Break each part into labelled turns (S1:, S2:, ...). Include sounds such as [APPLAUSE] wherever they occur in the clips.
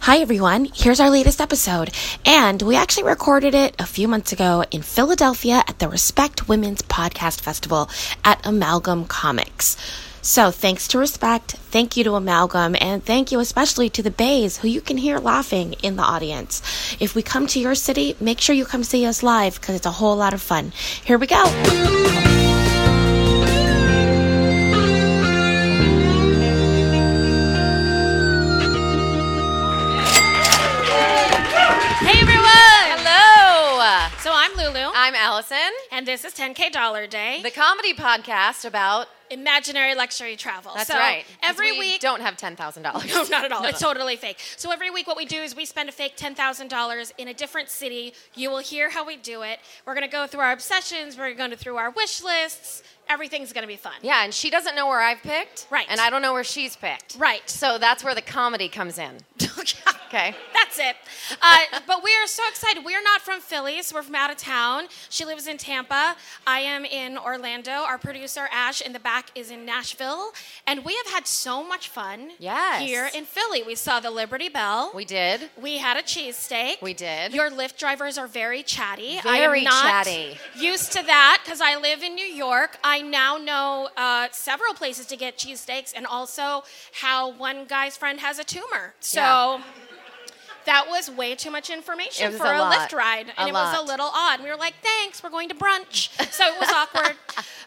S1: Hi, everyone. Here's our latest episode. And we actually recorded it a few months ago in Philadelphia at the Respect Women's Podcast Festival at Amalgam Comics. So thanks to Respect, thank you to Amalgam, and thank you especially to the Bays who you can hear laughing in the audience. If we come to your city, make sure you come see us live because it's a whole lot of fun. Here we go.
S2: Hey everyone!
S3: Hello!
S2: So I'm Lulu,
S3: I'm Allison,
S2: and this is 10K Dollar Day,
S3: the comedy podcast about.
S2: imaginary luxury travel.
S3: That's
S2: so
S3: right. 'cause
S2: Every
S3: we
S2: week.
S3: don't have ten thousand dollars.
S2: no, [LAUGHS] not at all. It's totally fake. So every week, what we do is we spend a fake ten thousand dollars in a different city. You will hear how we do it. We're gonna go through our obsessions. We're gonna go through our wish lists. Everything's gonna be fun.
S3: Yeah, and she doesn't know where I've picked,
S2: Right.
S3: And I don't know where she's picked,
S2: Right. [LAUGHS]
S3: So that's where the comedy comes in. Okay.
S2: That's it. Uh, but we are so excited. We're not from Philly, so we're from out of town. She lives in Tampa. I am in Orlando. Our producer, Ash, in the back is in Nashville. And we have had so much fun
S3: Yes.
S2: here in Philly. We saw the Liberty Bell.
S3: We did.
S2: We had a cheesesteak.
S3: We did.
S2: Your Lyft drivers are very chatty. I
S3: Very
S2: am not
S3: chatty.
S2: used to that because I live in New York. I now know uh, several places to get cheesesteaks and also how one guy's friend has a tumor. So
S3: Yeah.
S2: that was way too much information
S3: It was
S2: for
S3: a
S2: a,
S3: lot.
S2: Lyft ride.
S3: A
S2: And it was
S3: lot.
S2: a little odd. We were like, thanks, we're going to brunch. So
S3: [LAUGHS]
S2: it was awkward,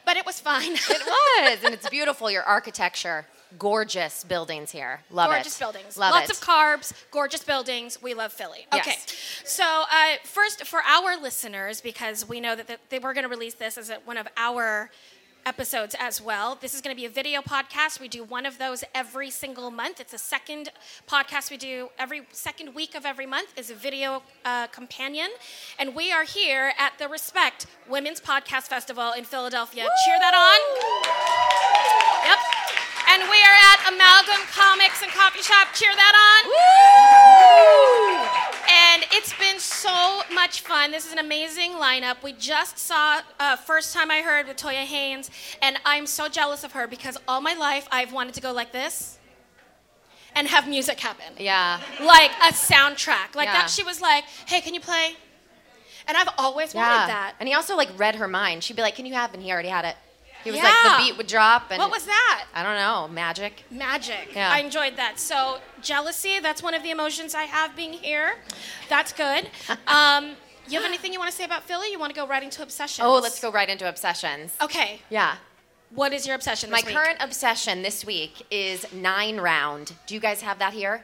S2: but it was fine.
S3: It was, and it's beautiful. Your architecture, gorgeous buildings here. Love it.
S2: gorgeous buildings.
S3: Love
S2: Lots
S3: it.
S2: of carbs, gorgeous buildings. We love Philly.
S3: Yes.
S2: Okay. So, uh, first, for our listeners, because we know that the, they, we're going to release this as a, one of our episodes as well. This is going to be a video podcast. We do one of those every single month. It's a second podcast we do every second week of every month is a video uh, companion. And we are here at the Respect Women's Podcast Festival in Philadelphia. Cheer that on. Yep. And we are at Amalgam Comics and Coffee Shop. Cheer that on. And it's been so much fun. This is an amazing lineup. We just saw uh, First Time I Heard with Toya Haynes, and I'm so jealous of her because all my life I've wanted to go like this and have music happen
S3: Yeah.
S2: like a soundtrack. Like
S3: Yeah.
S2: that, she was like, hey, can you play? And I've always
S3: Yeah.
S2: wanted that.
S3: And he also like read her mind. She'd be like, "Can you have?" And he already had it. He was
S2: Yeah.
S3: like, the beat would drop, and
S2: what was that?
S3: I don't know, magic.
S2: magic.
S3: Yeah.
S2: I enjoyed that. So jealousy, that's one of the emotions I have being here. That's
S3: [LAUGHS]
S2: good. Um, you have anything you want to say about Philly? You want to go right into obsessions?
S3: Oh, let's go right into obsessions.
S2: Okay.
S3: Yeah.
S2: What is your obsession?
S3: My
S2: this week?
S3: current obsession this week is nine round. Do you guys have that here?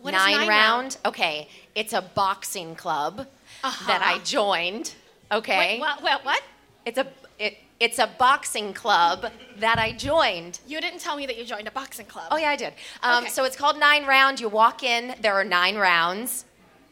S2: What is
S3: nine,
S2: Nine
S3: round?
S2: Round?
S3: Okay, it's a boxing club
S2: Uh-huh.
S3: that I joined. Okay,
S2: Wait, what, what? What?
S3: it's a it, it's a boxing club that I joined.
S2: You didn't tell me that you joined a boxing club.
S3: Oh yeah, I did. Um,
S2: Okay.
S3: So it's called Nine Round. You walk in. There are nine rounds.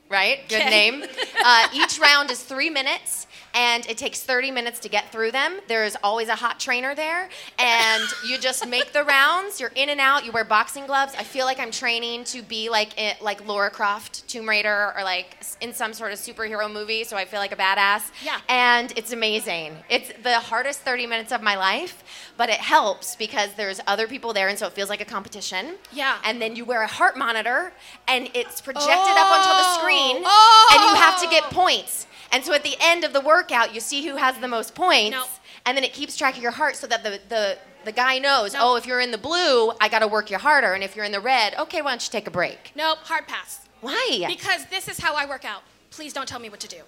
S3: Right? Good
S2: Okay.
S3: name. Uh, each round is three minutes, and it takes 30 minutes to get through them. There is always a hot trainer there, and you just make the rounds. You're in and out. You wear boxing gloves. I feel like I'm training to be like it, like Laura Croft, Tomb Raider, or like s- in some sort of superhero movie. So I feel like a badass.
S2: Yeah.
S3: And it's amazing. It's the hardest 30 minutes of my life, but it helps because there's other people there, and so it feels like a competition.
S2: Yeah.
S3: And then you wear a heart monitor, and it's projected up onto the
S2: Oh.
S3: screen,
S2: Oh.
S3: and you have to get points. And so at the end of the workout, you see who has the most points,
S2: No.
S3: and then it keeps track of your heart so that the, the, the guy knows,
S2: No.
S3: oh, if you're in the blue, I got to work you harder, and if you're in the red, okay, why don't you take a break?
S2: Nope, hard pass.
S3: Why?
S2: Because this is how I work out. Please don't tell me what to do.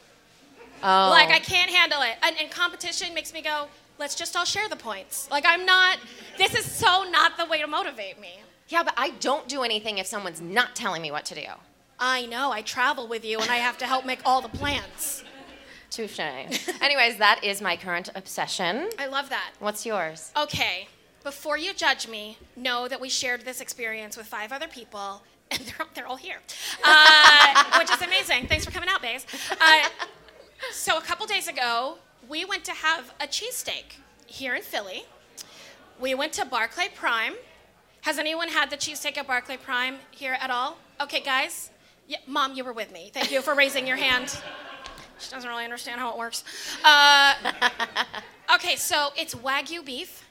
S3: oh.
S2: Like I can't handle it. And, and competition makes me go, let's just all share the points. Like I'm not. This is so not the way to motivate me.
S3: yeah, but I don't do anything if someone's not telling me what to do.
S2: I know, I travel with you and I have to help make all the plans.
S3: Touche. [LAUGHS] Anyways, that is my current obsession.
S2: I love that.
S3: What's yours?
S2: Okay, before you judge me, know that we shared this experience with five other people and they're, they're all here, uh, which is amazing. Thanks for coming out, Baze. Uh, so, a couple days ago, we went to have a cheesesteak here in Philly. We went to Barclay Prime. Has anyone had the cheesesteak at Barclay Prime here at all? Okay, guys. Yeah, Mom, you were with me. Thank you for raising your hand. She doesn't really understand how it works. Uh, okay, so it's Wagyu beef.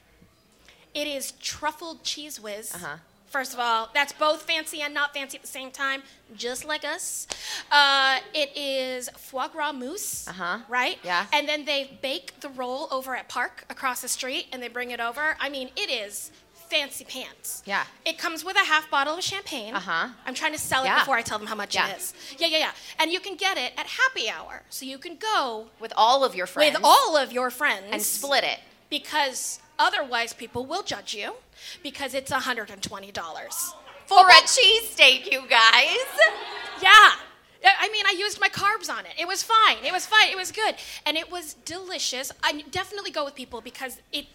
S2: It is truffled cheese whiz
S3: Uh-huh.
S2: First of all, that's both fancy and not fancy at the same time, just like us. Uh, it is foie gras mousse,
S3: Uh-huh.
S2: right?
S3: Yeah.
S2: And then they bake the roll over at Park across the street, and they bring it over. I mean, it is fancy pants.
S3: Yeah.
S2: It comes with a half bottle of champagne.
S3: Uh-huh.
S2: I'm trying to sell it
S3: Yeah.
S2: before I tell them how much
S3: Yeah.
S2: it is. Yeah, yeah, yeah. And you can get it at happy hour, so you can go
S3: with all of your friends.
S2: with all of your friends
S3: and split it.
S2: because otherwise people will judge you because it's $120.
S3: For a Oh, cheesesteak, you guys.
S2: Yeah. I- I mean, I used my carbs on it. It was fine. It was fine. It was good. And it was delicious. I definitely go with people because it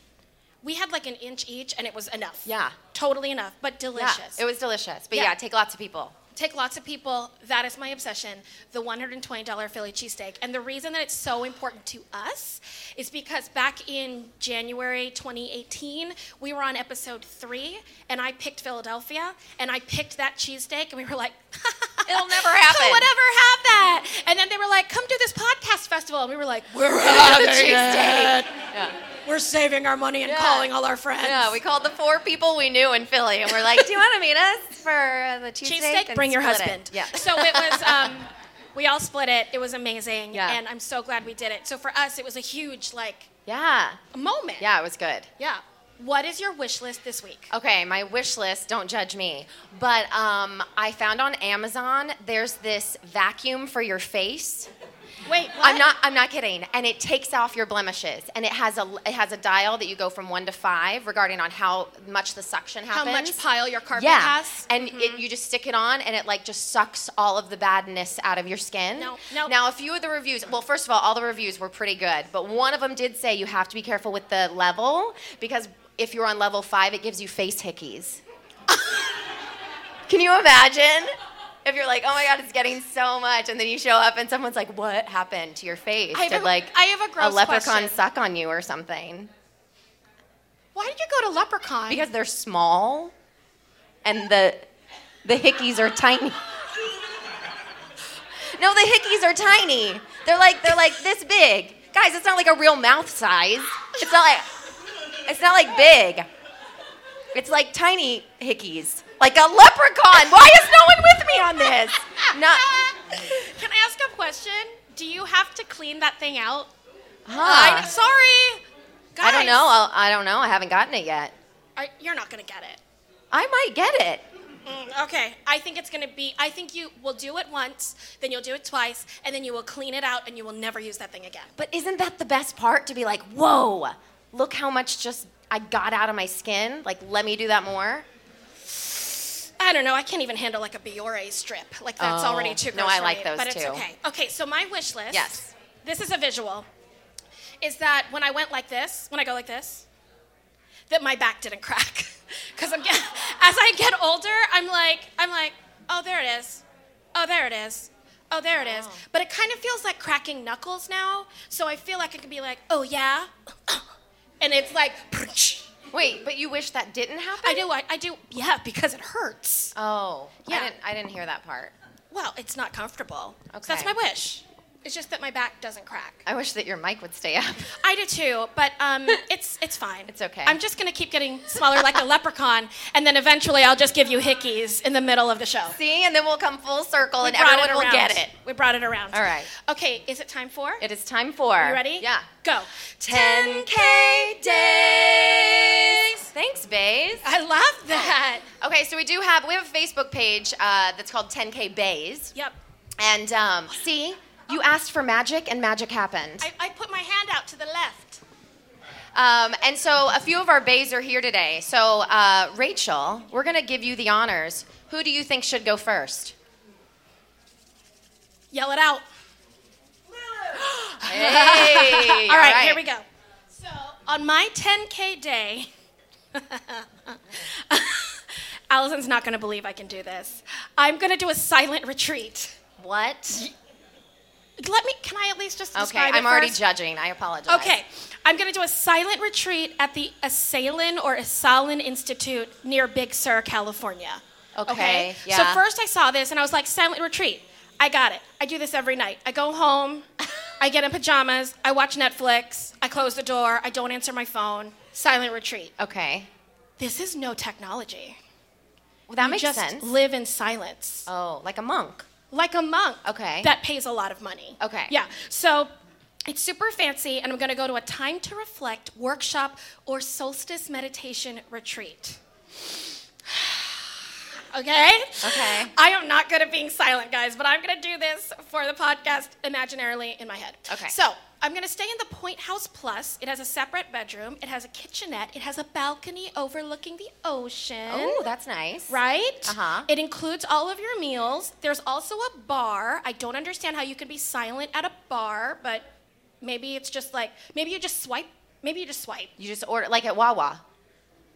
S2: we had like an inch each and it was enough.
S3: Yeah.
S2: Totally enough, but delicious.
S3: Yeah, it was delicious. But yeah.
S2: Yeah.
S3: take lots of people.
S2: Take lots of people. That is my obsession. The $120 Philly cheesesteak. And the reason that it's so important to us is because back in January 2018, we were on episode three, and I picked Philadelphia, and I picked that cheesesteak, and we were like, [LAUGHS]
S3: It'll never happen.
S2: Whatever have that. And then they were like, come to this podcast festival. And we were like,
S3: [LAUGHS]
S2: we're having
S3: The cheesesteak.
S2: it. We're saving our money and
S3: Yeah.
S2: calling all our friends.
S3: Yeah, we called the four people we knew in Philly, and we're like, "Do you want to meet us for uh, the cheesesteak?"
S2: cheesesteak,
S3: and
S2: bring your
S3: split it?"
S2: husband.
S3: Yeah.
S2: So it was. Um, [LAUGHS] we all split it. It was amazing,
S3: Yeah.
S2: and I'm so glad we did it. So for us, it was a huge like
S3: yeah,
S2: moment.
S3: yeah, Uh, it was good.
S2: Yeah. What is your wish list this week?
S3: Okay, my wish list. Don't judge me, but um, I found on Amazon there's this vacuum for your face.
S2: Wait, what?
S3: I'm not. I'm not kidding. And it takes off your blemishes, and it has a it has a dial that you go from one to five regarding on how much the suction
S2: How
S3: happens.
S2: much pile your carpet
S3: yeah.
S2: has? Mm-hmm.
S3: And it, you just stick it on, and it like just sucks all of the badness out of your skin.
S2: No, no.
S3: Now a few of the reviews. Well, first of all, all the reviews were pretty good, but one of them did say you have to be careful with the level because if you're on level five, it gives you face hickeys. Can you imagine? If you're like, oh my god, it's getting so much, and then you show up and someone's like, what happened to your face?
S2: I have
S3: Did
S2: a-
S3: like
S2: I have a gross
S3: leprechaun
S2: question.
S3: suck on you or something?
S2: Why did you go to Leprechaun?
S3: Because they're small, and the the hickeys are tiny. no, the hickeys are tiny. They're like they're like this big, guys. It's not like a real mouth size. It's not like it's not like big. It's like tiny hickeys, like a leprechaun. Why is no one with me on this? No.
S2: Can I ask a question? Do you have to clean that thing out?
S3: Huh.
S2: I, sorry. Guys,
S3: Uh. I don't know. Uh, I'll, I don't know. I haven't gotten it yet.
S2: Are, you're not gonna get it.
S3: I might get it.
S2: Mm, okay. I think it's going to be, I think you will do it once, then you'll do it twice, and then you will clean it out and you will never use that thing again.
S3: But isn't that the best part to be like, whoa, look how much just I got out of my skin? Like, let me do that more.
S2: I don't know. I can't even handle like a Biore strip. Like that's
S3: Oh,
S2: already too
S3: no,
S2: gross
S3: I
S2: for
S3: like
S2: me,
S3: those
S2: But it's
S3: too.
S2: okay. Okay. So my wish list.
S3: Yes.
S2: This is a visual. Is that when I went like this, when I go like this, that my back didn't crack. [LAUGHS] Because I'm get, as I get older, I'm like, I'm like, oh there it is, oh there it is, oh there it is. But it kind of feels like cracking knuckles now. So I feel like it could be like, oh yeah, [COUGHS] and it's like, [LAUGHS]
S3: Wait, but you wish that didn't happen?
S2: I do, I, I do, yeah, because it hurts.
S3: Oh, I
S2: Yeah.
S3: didn't, I didn't hear that part.
S2: Well, it's not comfortable. So
S3: Okay.
S2: that's my wish. It's just that my back doesn't crack.
S3: I wish that your mic would stay up. [LAUGHS]
S2: I do too, but um, [LAUGHS] it's it's fine.
S3: It's okay.
S2: I'm just gonna keep getting smaller like a leprechaun, and then eventually I'll just give you hickeys in the middle of the show.
S3: See, and then we'll come full circle
S2: We
S3: and
S2: brought
S3: everyone will
S2: around.
S3: get it.
S2: We brought it around.
S3: All right.
S2: Okay, is it time for?
S3: It is time for.
S2: You ready?
S3: Yeah.
S2: Go.
S3: 10K days. Thanks, Bays.
S2: I
S3: [LAUGHS]
S2: love that.
S3: Okay, so we do have we have a Facebook page uh, that's called 10K Bays.
S2: Yep.
S3: And um, see, you asked for magic, and magic happened.
S2: I, I put my hand out to the left.
S3: Um, and so a few of our bays are here today. So, uh, Rachel, we're going to give you the honors. Who do you think should go first?
S2: Yell it out.
S3: Hey, [LAUGHS]
S2: all right, here we go. So on my 10K day, [LAUGHS] Allison's not going to believe I can do this. I'm going to do a silent retreat.
S3: What?
S2: Let me, can I at least just
S3: Okay,
S2: describe it
S3: I'm already
S2: first?
S3: judging. I apologize.
S2: Okay, I'm going to do a silent retreat at the Assailan or Assailan Institute near Big Sur, California.
S3: Okay,
S2: So
S3: yeah.
S2: first I saw this and I was like, silent retreat. I got it. I do this every night. I go home, I get in pajamas, I watch Netflix, I close the door, I don't answer my phone. Silent retreat.
S3: Okay.
S2: This is no technology.
S3: Well, that
S2: you
S3: makes
S2: just
S3: sense.
S2: live in silence,
S3: Oh, like a monk.
S2: like a monk.
S3: Okay.
S2: That pays a lot of money.
S3: Okay.
S2: Yeah. So it's super fancy, and I'm going to go to a time to reflect workshop or solstice meditation retreat. [SIGHS] Okay?
S3: Okay.
S2: I am not good at being silent, guys, but I'm going to do this for the podcast imaginarily in my head.
S3: Okay.
S2: So I'm going to stay in the Point House Plus. It has a separate bedroom, it has a kitchenette, it has a balcony overlooking the ocean.
S3: Oh, that's nice.
S2: Right?
S3: Uh-huh.
S2: It includes all of your meals. There's also a bar. I don't understand how you could be silent at a bar, but maybe it's just like maybe you just swipe. Maybe you just swipe. [LAUGHS]
S3: You just order like at Wawa.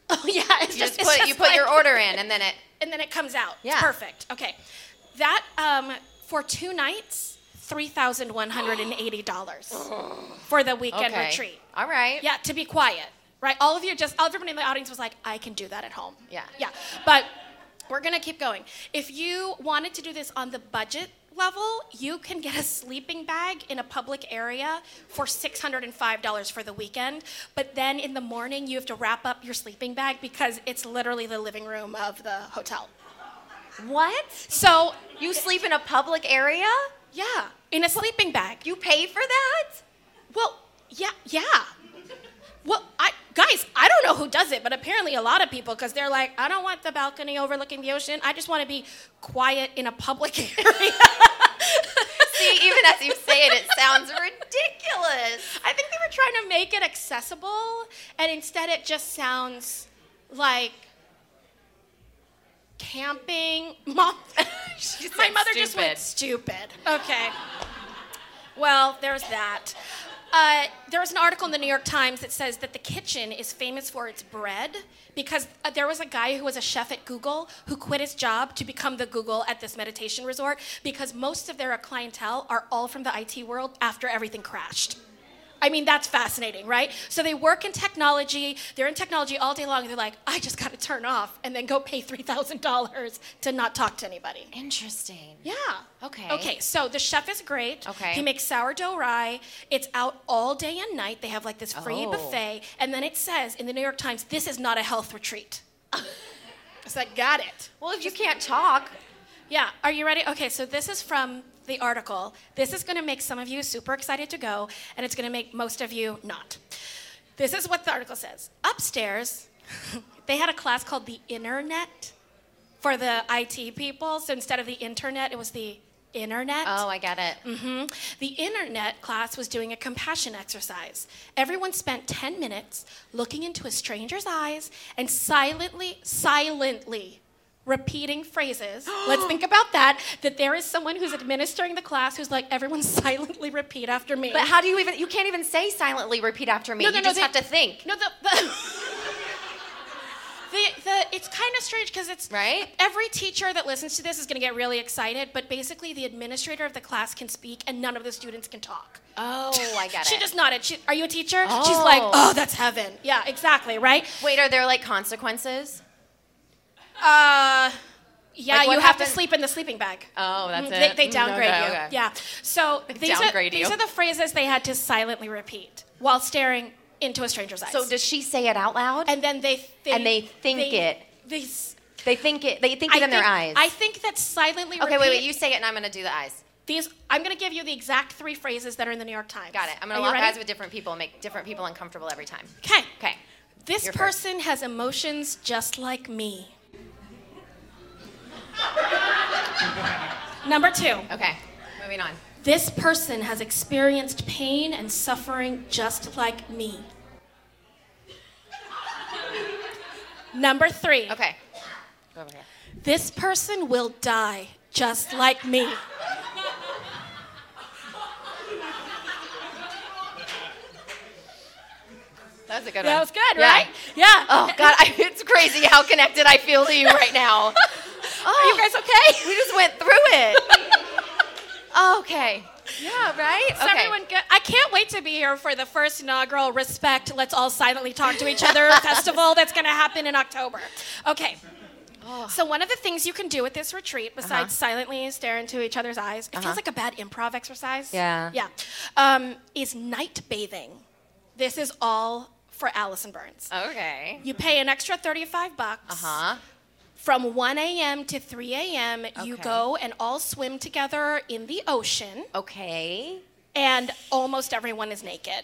S2: Oh yeah, it's
S3: You just,
S2: just, it's
S3: put
S2: just
S3: you put your
S2: like-
S3: order in, and then
S2: [LAUGHS]
S3: it.
S2: and then it comes out. It's
S3: Yeah.
S2: perfect. Okay, that um, for two nights, three thousand one hundred and eighty
S3: [GASPS]
S2: dollars for the weekend
S3: okay.
S2: retreat.
S3: All right.
S2: Yeah, to be quiet, right? All of you just, everybody in the audience was like, I can do that at home.
S3: Yeah.
S2: Yeah. But we're going to keep going. If you wanted to do this on the budget level, you can get a sleeping bag in a public area for $605 for the weekend. But then in the morning, you have to wrap up your sleeping bag because it's literally the living room of the hotel.
S3: What?
S2: So,
S3: You sleep in a public area?
S2: yeah, in a sleeping bag.
S3: You pay for that?
S2: Well, yeah, yeah. Well, I guys, I don't know who does it, but apparently a lot of people because they're like, I don't want the balcony overlooking the ocean. I just want to be quiet in a public [LAUGHS] area.
S3: See, even as you say it, it sounds
S2: [LAUGHS]
S3: ridiculous.
S2: I think they were trying to make it accessible, and instead it just sounds like camping. [LAUGHS] Mom, my
S3: said
S2: mother just went
S3: stupid.
S2: stupid. Okay. Well, there's that. Uh, there was an article in the New York Times that says that the kitchen is famous for its bread because uh, there was a guy who was a chef at Google who quit his job to become the Google at this meditation resort because most of their clientele are all from the IT world after everything crashed. I mean, that's fascinating, right? So they work in technology, they're in technology all day long, they're like, I just gotta turn off and then go pay $3,000 to not talk to anybody.
S3: Interesting.
S2: Yeah.
S3: Okay.
S2: Okay, so the chef is great.
S3: Okay.
S2: He makes sourdough rye. It's out all day and night. They have like this free
S3: Oh.
S2: buffet. And then it says in the New York Times, this is not a health retreat. [LAUGHS] It's like, got it.
S3: Well, if you can't talk,
S2: Yeah, are you ready? Okay, so this is from the article. This is going to make some of you super excited to go, and it's going to make most of you not. This is what the article says. Upstairs, [LAUGHS] they had a class called the Internet for the IT people. So instead of the Internet, it was the Internet.
S3: oh, I get it.
S2: The internet class was doing a compassion exercise. Everyone spent 10 minutes looking into a stranger's eyes and silently, silently repeating [GASPS] phrases. Let's think about that. That there is someone who's administering the class who's like, everyone [LAUGHS] silently repeat after me.
S3: But how do you even? You can't even say silently. Repeat after me.
S2: No,
S3: you
S2: no, no,
S3: just
S2: they-
S3: have to think.
S2: No, the. the [LAUGHS] The, the, it's kind of strange because it's
S3: Right?
S2: every teacher that listens to this is going to get really excited but basically the administrator of the class can speak and none of the students can talk
S3: Oh, I get
S2: she
S3: it.
S2: just nodded. She, are you a teacher? She's like,
S3: Oh.
S2: oh, that's heaven. Yeah, exactly, right?
S3: Wait, are there like consequences?
S2: Uh, yeah,
S3: Like, what
S2: you have to
S3: happened-
S2: sleep in the sleeping bag.
S3: Oh, that's
S2: Mm,
S3: it?
S2: They, they
S3: Mm,
S2: downgrade
S3: okay,
S2: you.
S3: okay.
S2: Yeah. So these, are,
S3: Downgrade
S2: these
S3: you.
S2: are the phrases they had to silently repeat while staring into a stranger's eyes.
S3: So does she say it out loud?
S2: and then they think,
S3: And they think it.
S2: They, s-
S3: they think it. They think it
S2: I
S3: in their eyes.
S2: think- I think that silently.
S3: okay,
S2: repeat,
S3: wait, wait. You say it, and I'm gonna do the eyes.
S2: These. I'm gonna give you the exact three phrases that are in the New York Times.
S3: Got it. I'm
S2: Are
S3: gonna
S2: you
S3: lock
S2: ready?
S3: eyes with different people and make different people uncomfortable every time.
S2: Okay.
S3: Okay.
S2: This
S3: You're first.
S2: person has emotions just like me. Number two,
S3: Okay. Moving on.
S2: this person has experienced pain and suffering just like me. Number three,
S3: Okay. Go over here.
S2: this person will die just like me.
S3: That was a good one.
S2: That was good,
S3: Yeah.
S2: right? Yeah.
S3: Oh God, I, it's crazy how connected I feel to you right
S2: [LAUGHS]
S3: now. Oh,
S2: Are you guys okay?
S3: We just went through it. okay. Yeah. Right.
S2: Is everyone good? I can't wait to be here for the first inaugural Respect Let's All Silently Talk to
S3: [LAUGHS]
S2: Each Other festival that's going to happen in October. Okay. So, one of the things you can do at this retreat, besides
S3: Uh-huh.
S2: silently stare into each other's eyes, it feels like a bad improv exercise.
S3: Yeah.
S2: Yeah. Um, is night bathing. This is
S3: Uh-huh.
S2: all for Allison Burns.
S3: Okay. Uh-huh.
S2: You pay an extra 35 bucks
S3: Huh?
S2: From 1 a.m. to 3 a.m., you
S3: Okay.
S2: go and all swim together in the ocean,
S3: Okay.
S2: and almost everyone is naked.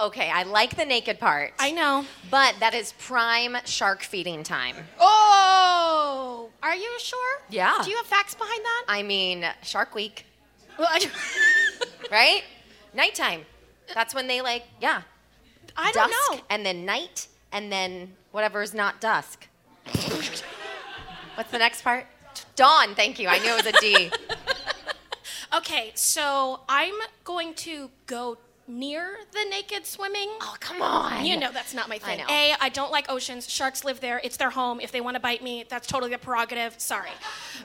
S3: Okay, I like the naked part.
S2: I know.
S3: But that is prime shark feeding time.
S2: Oh, are you sure?
S3: Yeah.
S2: Do you have facts behind that?
S3: I mean, Shark Week,
S2: Well, I,
S3: right? Nighttime. That's when they like, yeah,
S2: [LAUGHS] I don't
S3: dusk
S2: know.
S3: and then night and then whatever's not dusk. What's the next part? Dawn. Thank you. I knew it was a D.
S2: [LAUGHS] Okay, so I'm going to go near the naked swimming.
S3: oh, come on.
S2: You know that's not my thing.
S3: know.
S2: A, I don't like oceans. Sharks live there. It's their home. If they want to bite me, that's totally their prerogative. Sorry.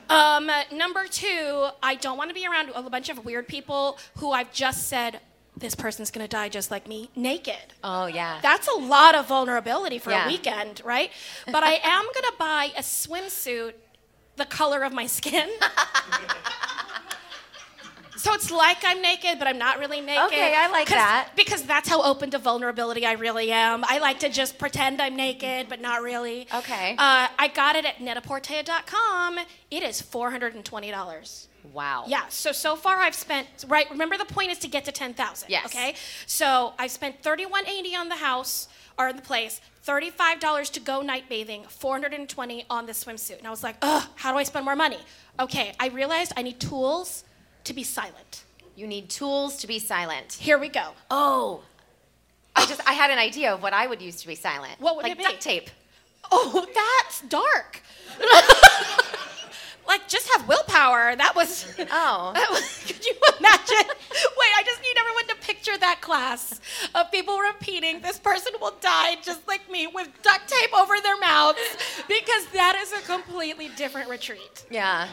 S2: Um, number two, I don't want to be around a bunch of weird people who I've just said this person's gonna die just like me, naked.
S3: Oh yeah.
S2: That's a lot of vulnerability for
S3: Yeah.
S2: a weekend, right? But I am [LAUGHS] gonna buy a swimsuit the color of my skin. [LAUGHS] so it's like I'm naked, but I'm not really naked.
S3: Okay, I like
S2: 'Cause-
S3: that.
S2: Because that's how open to vulnerability I really am. I like to just pretend I'm naked, but not really.
S3: Okay.
S2: Uh, I got it at netaportea.com. It is $420.
S3: wow.
S2: Yeah. So so far I've spent right. Remember the point is to get to ten thousand.
S3: Yes.
S2: Okay. So I spent thirty one eighty on the house or the place. Thirty five dollars to go night bathing. Four hundred and twenty on the swimsuit. And I was like, ugh, how do I spend more money? Okay. I realized I need tools to be silent.
S3: You need tools to be silent.
S2: Here we go.
S3: Oh. I just I had an idea of what I would use to be silent.
S2: What would
S3: like
S2: it be?
S3: duct tape.
S2: Oh, [LAUGHS] that's
S3: [LAUGHS]
S2: dark. like just have willpower. That was.
S3: Oh.
S2: [LAUGHS] That was- Could you imagine? Wait, I just need everyone to picture that class of people repeating, this person will die just like me with duct tape over their mouths because that is a completely different retreat.
S3: Yeah.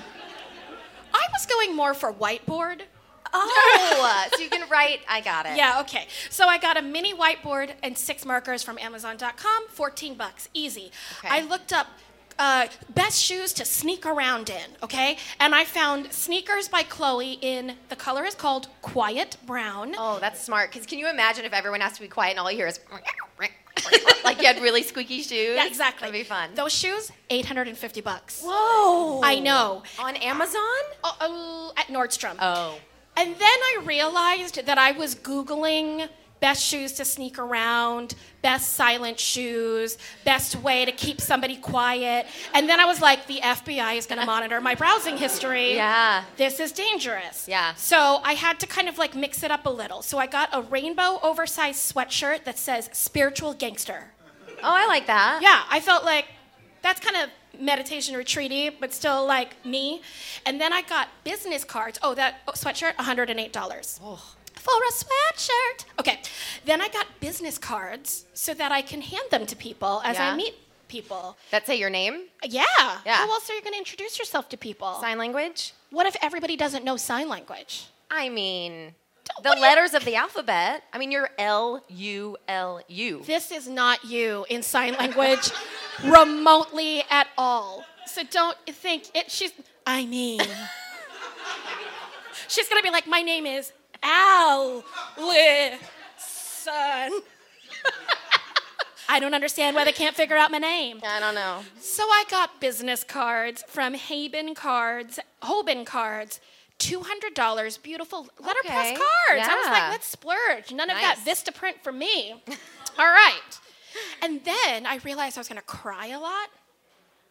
S2: I was going more for whiteboard. [LAUGHS]
S3: Oh, so you can write. I got it.
S2: Yeah, okay. So I got a mini whiteboard and six markers from Amazon.com, 14 bucks, easy.
S3: Okay.
S2: I looked up uh, best shoes to sneak around in, okay? And I found sneakers by Chloe in the color is called Quiet Brown.
S3: Oh, that's smart. Because can you imagine if everyone has to be quiet and all you hear is [LAUGHS] like you had really squeaky shoes?
S2: Yeah, exactly.
S3: That'd be fun.
S2: Those shoes, 850 bucks.
S3: Whoa.
S2: I know.
S3: On Amazon?
S2: Oh, oh, at Nordstrom.
S3: Oh.
S2: And then I realized that I was Googling best shoes to sneak around, best silent shoes, best way to keep somebody quiet. And then I was like, the FBI is going to monitor my browsing history.
S3: Yeah.
S2: This is dangerous.
S3: Yeah.
S2: So I had to kind of like mix it up a little. So I got a rainbow oversized sweatshirt that says spiritual gangster.
S3: Oh, I like that.
S2: yeah, I felt like that's kind of meditation retreaty, but still like me. And then I got business cards. Oh, that sweatshirt, $108.
S3: Oh.
S2: For a sweatshirt. Okay. Then I got business cards so that I can hand them to people as
S3: Yeah.
S2: I meet people.
S3: That say your name?
S2: Yeah.
S3: Yeah.
S2: How else are you going to introduce yourself to people?
S3: Sign language?
S2: what if everybody doesn't know sign language?
S3: I mean,
S2: Don't-
S3: the
S2: what do you-
S3: letters of the alphabet. I mean, you're L U L U.
S2: This is not you in sign language [LAUGHS] remotely at all. So don't think it, she's, I mean. [LAUGHS] she's gonna be like, my name is Allison. [LAUGHS] I don't understand why they can't figure out my name.
S3: I don't know.
S2: So I got business cards from Haben Cards, Hoban Cards. $200 beautiful letterpress
S3: Okay,
S2: cards. I was
S3: yeah.
S2: like, let's splurge. None of that
S3: Nice.
S2: Vista print for me. [LAUGHS] All right. And then I realized I was going to cry a lot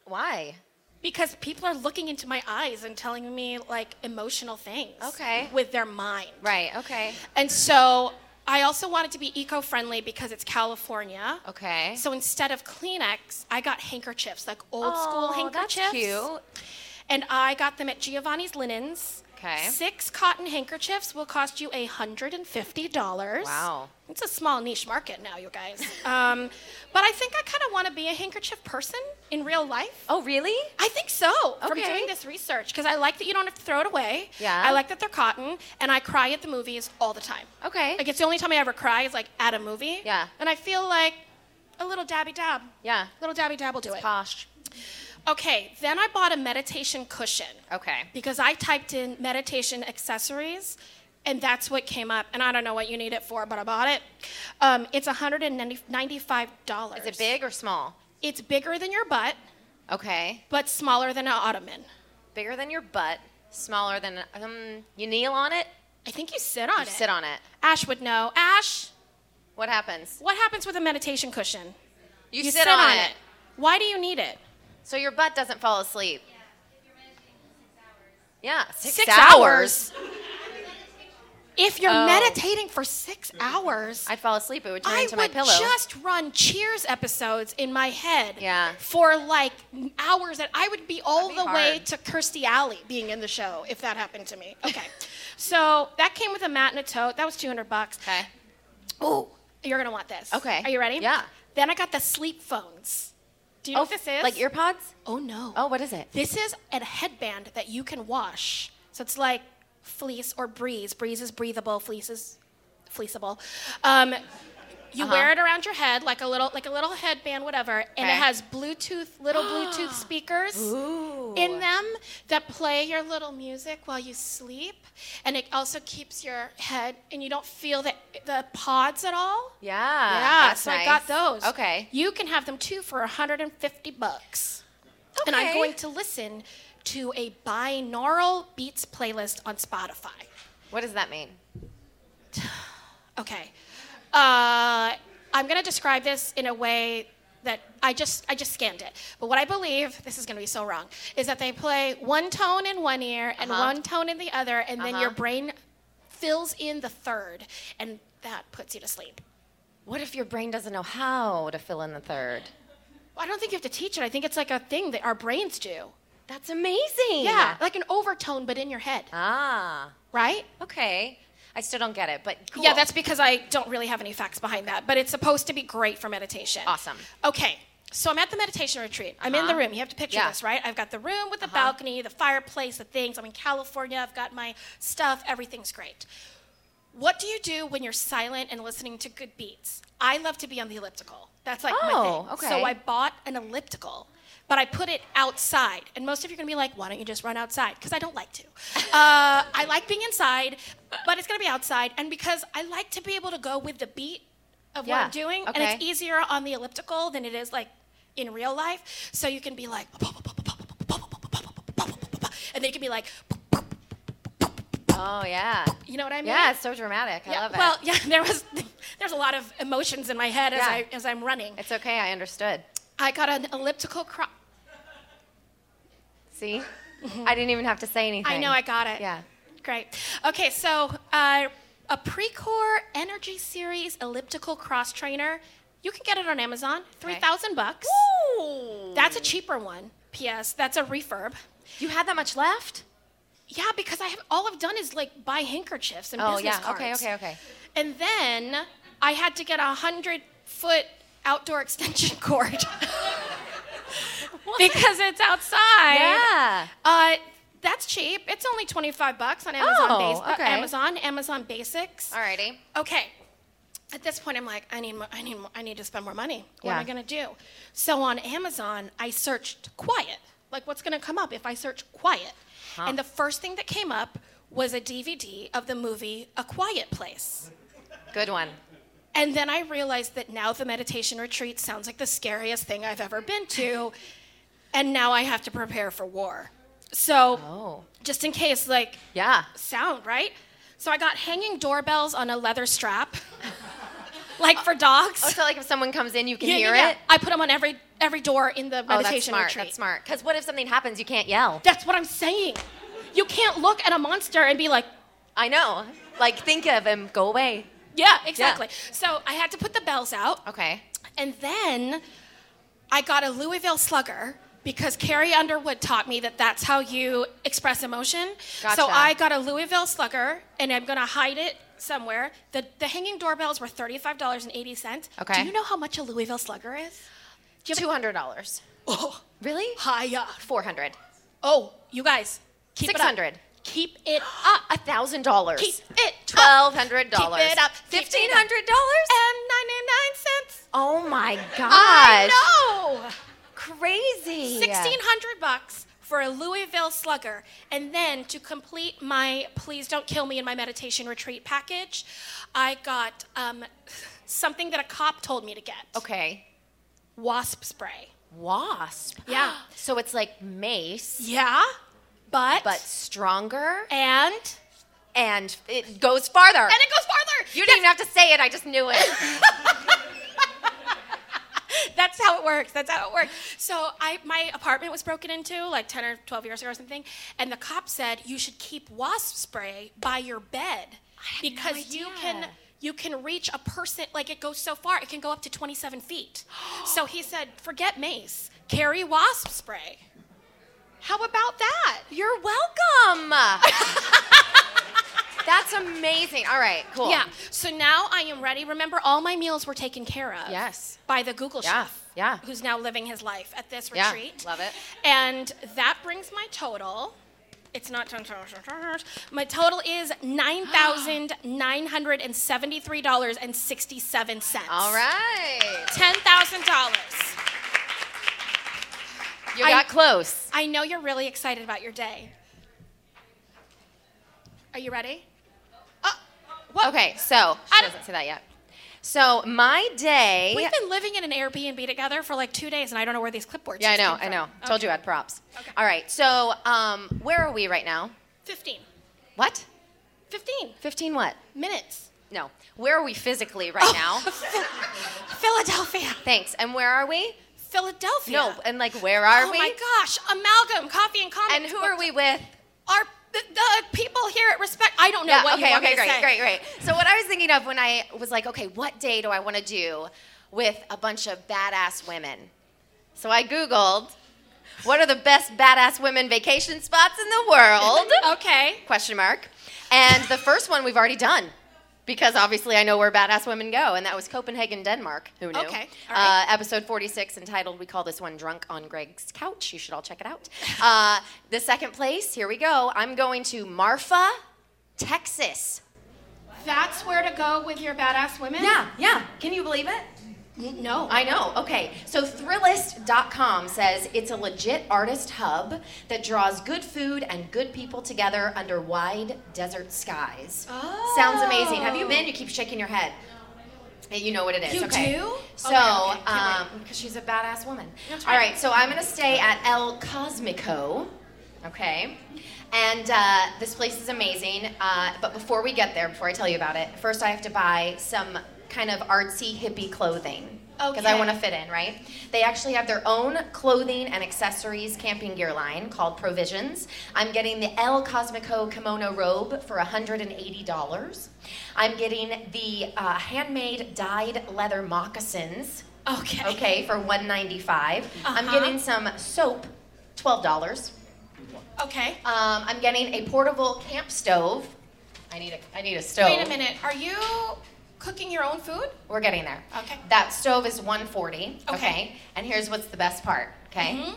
S3: Why?
S2: because people are looking into my eyes and telling me like emotional things
S3: Okay.
S2: with their mind.
S3: Right. Okay.
S2: And so I also wanted to be eco-friendly because it's California.
S3: Okay.
S2: So instead of Kleenex, I got handkerchiefs, like old
S3: Oh,
S2: school
S3: that's
S2: handkerchiefs.
S3: cute.
S2: And I got them at Giovanni's Linens.
S3: 'Kay.
S2: Six cotton handkerchiefs will cost you $150.
S3: Wow.
S2: It's a small niche market now, you guys. [LAUGHS] um, but I think I kind of want to be a handkerchief person in real life.
S3: Oh, really?
S2: I think so. From
S3: Okay.
S2: doing this research, because I like that you don't have to throw it away.
S3: Yeah.
S2: I like that they're cotton, and I cry at the movies all the time.
S3: Okay.
S2: Like it's the only time I ever cry is like at a movie.
S3: Yeah.
S2: And I feel like a little dabby dab.
S3: Yeah.
S2: Little dabby dab will do it.
S3: Posh.
S2: Okay. Then I bought a meditation cushion
S3: Okay.
S2: because I typed in meditation accessories, and that's what came up. And I don't know what you need it for, but I bought it. Um, it's $195.
S3: Is it big or small?
S2: It's bigger than your butt.
S3: Okay.
S2: but smaller than an ottoman.
S3: Bigger than your butt, smaller than um. You kneel on it.
S2: I think you sit on
S3: You
S2: it.
S3: sit on it.
S2: Ash would know. Ash,
S3: What happens?
S2: what happens with a meditation cushion?
S3: You, sit, on, it.
S2: Why do you need it?
S3: so your butt doesn't fall asleep. Yeah, six,
S2: Six
S3: hours.
S2: If you're
S3: Oh.
S2: meditating for six hours,
S3: I'd fall asleep. It would turn
S2: I
S3: into
S2: would
S3: my pillow.
S2: just run Cheers episodes in my head
S3: Yeah.
S2: for like hours. That I would be all
S3: That'd
S2: the
S3: be
S2: way
S3: hard.
S2: to Kirstie Alley being in the show if that happened to me. Okay, [LAUGHS] so that came with a mat and a tote. That was two hundred bucks.
S3: okay.
S2: Oh, you're gonna want this.
S3: Okay.
S2: Are you ready?
S3: Yeah. Oh,
S2: Then I got the sleep phones. Do you know what this is?
S3: Like earpods?
S2: Oh no.
S3: Oh, what is it?
S2: This is a headband that you can wash. So it's like fleece or breeze. Breeze is breathable. Fleece is fleeceable. Um, you wear it around your head like a little like a little headband, whatever, and it
S3: Uh-huh. Okay.
S2: has Bluetooth little
S3: [GASPS]
S2: Bluetooth speakers in them that play your little music while you sleep, and it also keeps your head and you don't feel the the pods at all.
S3: Yeah.
S2: Yeah,
S3: Uh, that's
S2: so
S3: nice.
S2: I got those.
S3: Okay.
S2: You can have them too for 150 bucks. And I'm
S3: Okay.
S2: going to listen to a binaural beats playlist on Spotify.
S3: What does that mean?
S2: Okay. Uh, I'm going to describe this in a way that I just I just scanned it. But what I believe, this is going to be so wrong, is that they play one tone in one ear and
S3: Uh-huh.
S2: one tone in the other and then your
S3: Uh-huh.
S2: brain fills in the third and that puts you to sleep.
S3: What if your brain doesn't know how to fill in the third?
S2: I don't think you have to teach it. I think it's like a thing that our brains do.
S3: That's amazing.
S2: Yeah, like an overtone, but in your head,
S3: Ah.
S2: right?
S3: Okay. I still don't get it, but cool.
S2: Yeah, that's because I don't really have any facts behind that, but it's supposed to be great for meditation.
S3: Awesome.
S2: Okay, so I'm at the meditation retreat. I'm in the
S3: Uh-huh.
S2: room. You have to picture
S3: Yeah. Uh-huh.
S2: this, right? I've got the room with the balcony, the fireplace, the things. I'm in California. I've got my stuff. Everything's great. What do you do when you're silent and listening to good beats? I love to be on the elliptical. That's like
S3: Oh,
S2: my thing. So
S3: okay.
S2: I bought an elliptical, but I put it outside. And most of you are going to be like, why don't you just run outside? Because I don't like
S3: [LAUGHS]
S2: to. Uh, I like being inside, but it's going to be outside. And because I like to be able to go with the beat of what
S3: Yeah,
S2: I'm doing, and
S3: okay.
S2: it's easier on the elliptical than it is like in real life. So you can be like, [LAUGHS] and then you can be like,
S3: Oh yeah.
S2: you know what I mean?
S3: Yeah, it's so dramatic. I
S2: Yeah,
S3: love it.
S2: Well, [LAUGHS] yeah, there was there's a lot of emotions in my head as
S3: Yeah.
S2: I as I'm running.
S3: it's okay. I understood.
S2: I got an elliptical crop. [LAUGHS]
S3: See, I didn't even have to say anything.
S2: I know I got it.
S3: Yeah.
S2: Great. Okay, so uh, a Precore Energy Series elliptical cross trainer. You can get it on Amazon. Three thousand bucks. That's a cheaper one. P.S. That's a refurb.
S3: You had that much left?
S2: Yeah, because I have all I've done is like buy handkerchiefs and
S3: Oh
S2: business
S3: yeah.
S2: cards.
S3: Okay. Okay. Okay.
S2: And then I had to get a hundred foot outdoor [LAUGHS] extension cord
S3: [LAUGHS]
S2: because it's outside.
S3: Yeah.
S2: Uh, that's cheap. It's only twenty five bucks on Amazon.
S3: Oh,
S2: Bas- uh,
S3: okay.
S2: Amazon. Amazon Basics.
S3: Alrighty.
S2: Okay. At this point, I'm like, I need, more, I need, more, I need to spend more money. What am I
S3: Yeah.
S2: gonna do? So on Amazon, I searched quiet. Like, what's gonna come up if I search quiet? And the first thing that came up was a DVD of the movie A Quiet Place.
S3: Good one.
S2: And then I realized that now the meditation retreat sounds like the scariest thing I've ever been to, and now I have to prepare for war. So,
S3: Oh.
S2: just in case, like,
S3: Yeah.
S2: sound, right? So I got hanging doorbells on a leather strap, [LAUGHS] like for dogs.
S3: Oh, so like if someone comes in, you can
S2: Yeah,
S3: hear
S2: yeah, yeah.
S3: it.
S2: I put them on every every door in the
S3: Oh, that's
S2: meditation
S3: smart.
S2: retreat.
S3: That's smart. Because what if something happens? You can't yell.
S2: That's what I'm saying. You can't look at a monster and be like,
S3: I know. Like think of him. Go away.
S2: yeah, exactly. So I had to put the bells out.
S3: Okay.
S2: And then I got a Louisville Slugger because Carrie Underwood taught me that that's how you express emotion.
S3: Gotcha.
S2: So I got a Louisville Slugger and I'm going to hide it somewhere. The, the hanging doorbells were $35.80.
S3: Okay.
S2: Do you know how much a Louisville Slugger is?
S3: Two hundred dollars.
S2: Oh,
S3: Really?
S2: higher.
S3: Four hundred.
S2: Oh, you guys, keep it up.
S3: 600.
S2: Keep it up.
S3: Ah, a thousand dollars.
S2: Keep it up.
S3: Twelve hundred dollars.
S2: Keep it up.
S3: Fifteen hundred dollars.
S2: and 99 cents.
S3: Oh my gosh.
S2: I know.
S3: Crazy.
S2: Sixteen hundred bucks for a Louisville Slugger, and then to complete my "Please Don't Kill Me" in my meditation retreat package, I got um, something that a cop told me to get:
S3: Okay.
S2: wasp spray.
S3: wasp. [GASPS]
S2: Yeah.
S3: so it's like mace,
S2: Yeah, but
S3: but stronger
S2: and
S3: and it goes farther.
S2: and it goes farther.
S3: you didn't even have to say it, I just knew [LAUGHS] it.
S2: That's how it works. That's how it works. So I, my apartment was broken into like 10 or 12 years ago or something, and the cop said you should keep wasp spray by your bed because you can you can reach a person like it goes so far it can go up to
S3: [GASPS]
S2: 27 feet. so he said, forget mace, carry wasp spray. How about that?
S3: You're [LAUGHS] welcome. That's amazing. All right, cool.
S2: Yeah. So now I am ready. Remember, all my meals were taken care of.
S3: Yes.
S2: By the Google
S3: Yeah,
S2: chef.
S3: yeah.
S2: Who's now living his life at this
S3: Yeah,
S2: retreat.
S3: love it.
S2: And that brings my total. It's not my total is nine thousand nine hundred and seventy-three dollars and sixty-seven cents.
S3: All right.
S2: Ten thousand dollars.
S3: You
S2: I-
S3: got close.
S2: I know you're really excited about your day. Are you ready? Uh,
S3: Okay, so
S2: I
S3: she
S2: don't-
S3: doesn't say that yet. So my day.
S2: We've been living in an Airbnb together for like two days, and I don't know where these clipboards.
S3: yeah, I
S2: just
S3: know,
S2: came
S3: I
S2: from.
S3: know.
S2: Okay.
S3: Told you I had props.
S2: Okay.
S3: All right, so um, where are we right now?
S2: 15.
S3: What?
S2: 15
S3: Fifteen? What?
S2: minutes.
S3: No. Where are we physically right
S2: Oh.
S3: now?
S2: [LAUGHS] Philadelphia.
S3: Thanks. And where are we?
S2: Philadelphia.
S3: No. And like, where are
S2: oh
S3: we?
S2: my gosh. Amalgam, coffee and comics.
S3: And who are we with?
S2: Are the, the people here at Respect? I don't know what
S3: okay,
S2: you want
S3: okay,
S2: me to
S3: great,
S2: say.
S3: great, great. So what I was thinking of when I was like, okay, what day do I want to do with a bunch of badass women? So I googled, what are the best badass women vacation spots in the
S2: [LAUGHS]
S3: world?
S2: Oh, Okay.
S3: Question mark. And the first one we've already done. Because obviously I know where badass women go, and that was Copenhagen, Denmark. Who knew?
S2: Okay, all right.
S3: uh, episode 46, entitled We Call This One Drunk on Greg's Couch. You should all check it out. Uh, the second place, here we go. I'm going to Marfa, Texas.
S2: That's where to go with your badass women?
S3: yeah. Can you believe it?
S2: N- No.
S3: I know. Okay. So Thrillist.com says it's a legit artist hub that draws good food and good people together under wide desert skies.
S2: Oh.
S3: Sounds amazing. Have you been? You keep shaking your head. Eh, You know what it is.
S2: You
S3: okay.
S2: do?
S3: So,
S2: Okay, okay. Can't
S3: um, because she's a badass woman.
S2: That's
S3: All
S2: right.
S3: right. So I'm going to stay at El Cosmico. Okay. And uh, this place is amazing. Uh, but before we get there, before I tell you about it, first I have to buy some kind of artsy hippie clothing. Because I
S2: Okay.
S3: want to fit in, right? They actually have their own clothing and accessories camping gear line called Provisions. I'm getting the El Cosmico kimono robe for $180. I'm getting the uh, handmade dyed leather moccasins,
S2: Okay.
S3: okay, for $195. dollars I'm
S2: Uh-huh.
S3: getting some soap, $12.
S2: Okay.
S3: Um, I'm getting a portable camp stove. I need a, I need a stove.
S2: Wait a minute. Are you cooking your own food?
S3: We're getting there.
S2: Okay.
S3: That stove is 140.
S2: Okay. Mm-hmm.
S3: And here's what's the best part. Okay.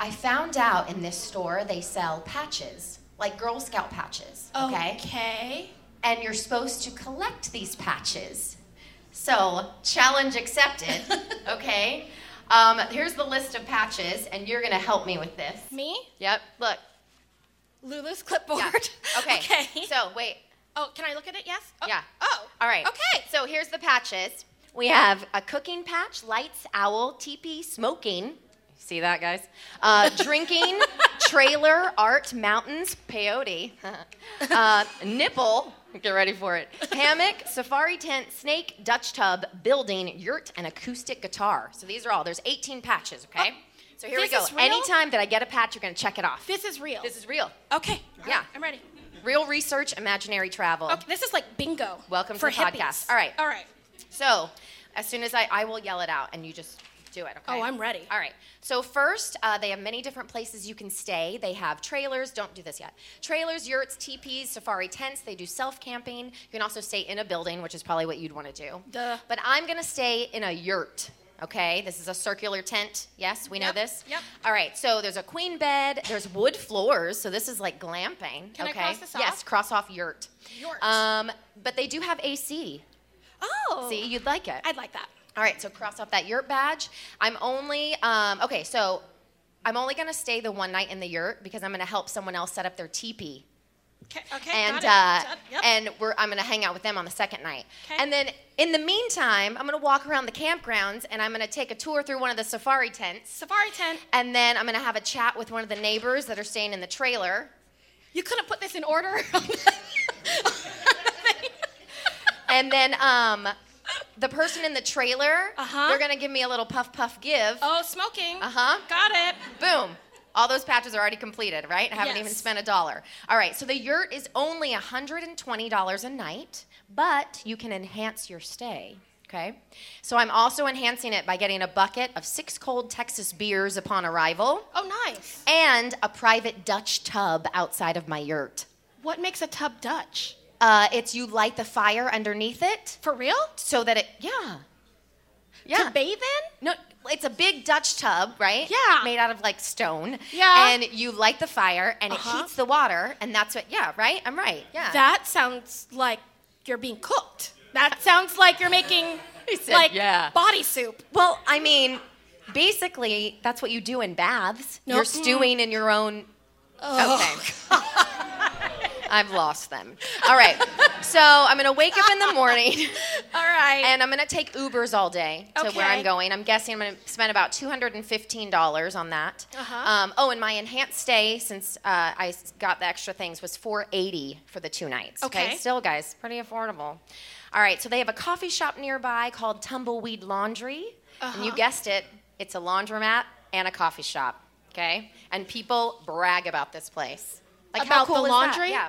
S3: I found out in this store they sell patches, like Girl Scout patches. Okay.
S2: Okay.
S3: And you're supposed to collect these patches. So challenge
S2: [LAUGHS]
S3: accepted. okay. Um, here's the list of patches, and you're gonna help me with this.
S2: Me?
S3: Yep. Look.
S2: Lulu's clipboard.
S3: Yeah. [LAUGHS] Okay.
S2: [LAUGHS] okay.
S3: So wait.
S2: oh, can I look at it? Yes? Oh,
S3: Yeah.
S2: Oh.
S3: All right.
S2: Okay.
S3: So here's the patches. We have a cooking patch, lights, owl, teepee, smoking. See that, guys? Uh, [LAUGHS] drinking, trailer, art, mountains, peyote, [LAUGHS] uh, nipple. Get ready for it. Hammock, safari tent, snake, Dutch tub, building, yurt, and acoustic guitar. So these are all. There's 18 patches. Okay.
S2: Oh,
S3: so here we
S2: this
S3: go.
S2: is real?
S3: Anytime that I get a patch, you're gonna check it off.
S2: This is real.
S3: This is real.
S2: okay.
S3: Yeah.
S2: I'm ready.
S3: Real research, imaginary travel.
S2: Okay, this is like bingo.
S3: Welcome to
S2: for
S3: the podcast.
S2: hippies.
S3: All right.
S2: All right.
S3: So, as soon as I, I will yell it out, and you just do it. Okay.
S2: Oh, I'm ready.
S3: All right. So first, uh, they have many different places you can stay. They have trailers. Don't do this yet. Trailers, yurts, teepees, safari tents. They do self camping. You can also stay in a building, which is probably what you'd want to do.
S2: Duh.
S3: But I'm gonna stay in a yurt. Okay. This is a circular tent. Yes, we know
S2: Yep,
S3: this.
S2: yep.
S3: All right. So there's a queen bed. There's wood floors. So this is like glamping.
S2: Can I
S3: okay.
S2: cross this
S3: Yes.
S2: off?
S3: Cross off yurt.
S2: Yurt.
S3: Um, but they do have AC.
S2: Oh.
S3: See, you'd like it.
S2: I'd like that.
S3: All right, so cross off that yurt badge. I'm only um, okay. So I'm only gonna stay the one night in the yurt because I'm gonna help someone else set up their teepee.
S2: Okay, okay,
S3: and
S2: got it.
S3: uh,
S2: Yep.
S3: and we're I'm gonna hang out with them on the second night.
S2: 'Kay.
S3: And then in the meantime, I'm gonna walk around the campgrounds and I'm gonna take a tour through one of the safari tents.
S2: Safari tent.
S3: And then I'm gonna have a chat with one of the neighbors that are staying in the trailer.
S2: You couldn't put this in order. [LAUGHS]
S3: [LAUGHS] And then um, the person in the trailer,
S2: Uh-huh.
S3: they're gonna give me a little puff puff give.
S2: oh, smoking.
S3: Uh-huh.
S2: Got it.
S3: Boom. All those patches are already completed, right? I haven't even
S2: Yes.
S3: spent a dollar. All right, so the yurt is only $120 a night, but you can enhance your stay, okay? So I'm also enhancing it by getting a bucket of six cold Texas beers upon arrival
S2: Oh, nice.
S3: and a private Dutch tub outside of my yurt.
S2: What makes a tub Dutch?
S3: Uh, it's you light the fire underneath it
S2: For real?
S3: so that it, yeah. Yeah.
S2: To bathe in?
S3: No, it's a big Dutch tub, right?
S2: Yeah.
S3: Made out of like stone.
S2: Yeah.
S3: And you light the fire and
S2: Uh-huh.
S3: it heats the water, and that's what, yeah, right? I'm right. Yeah.
S2: That sounds like you're being cooked. That sounds like you're
S3: [LAUGHS]
S2: making
S3: said,
S2: like
S3: "Yeah."
S2: body soup.
S3: well, I mean, basically, that's what you do in baths.
S2: No. Mm.
S3: You're stewing in your own. Okay. [LAUGHS] I've lost them. All right. So I'm going to wake up in the morning. [LAUGHS]
S2: All right.
S3: And I'm gonna take Ubers all day to where
S2: Okay.
S3: I'm going. I'm guessing I'm gonna spend about two hundred and fifteen dollars on that.
S2: Uh-huh.
S3: Um, oh, and my enhanced stay since uh, I s- got the extra things was four eighty for the two nights.
S2: Okay.
S3: still, guys, pretty affordable. All right, so they have a coffee shop nearby called Tumbleweed Laundry, and
S2: Uh-huh.
S3: you guessed it, it's a laundromat and a coffee shop. Okay, and people brag about this place. Like how
S2: About the
S3: cool is that?
S2: laundry?
S3: Yeah.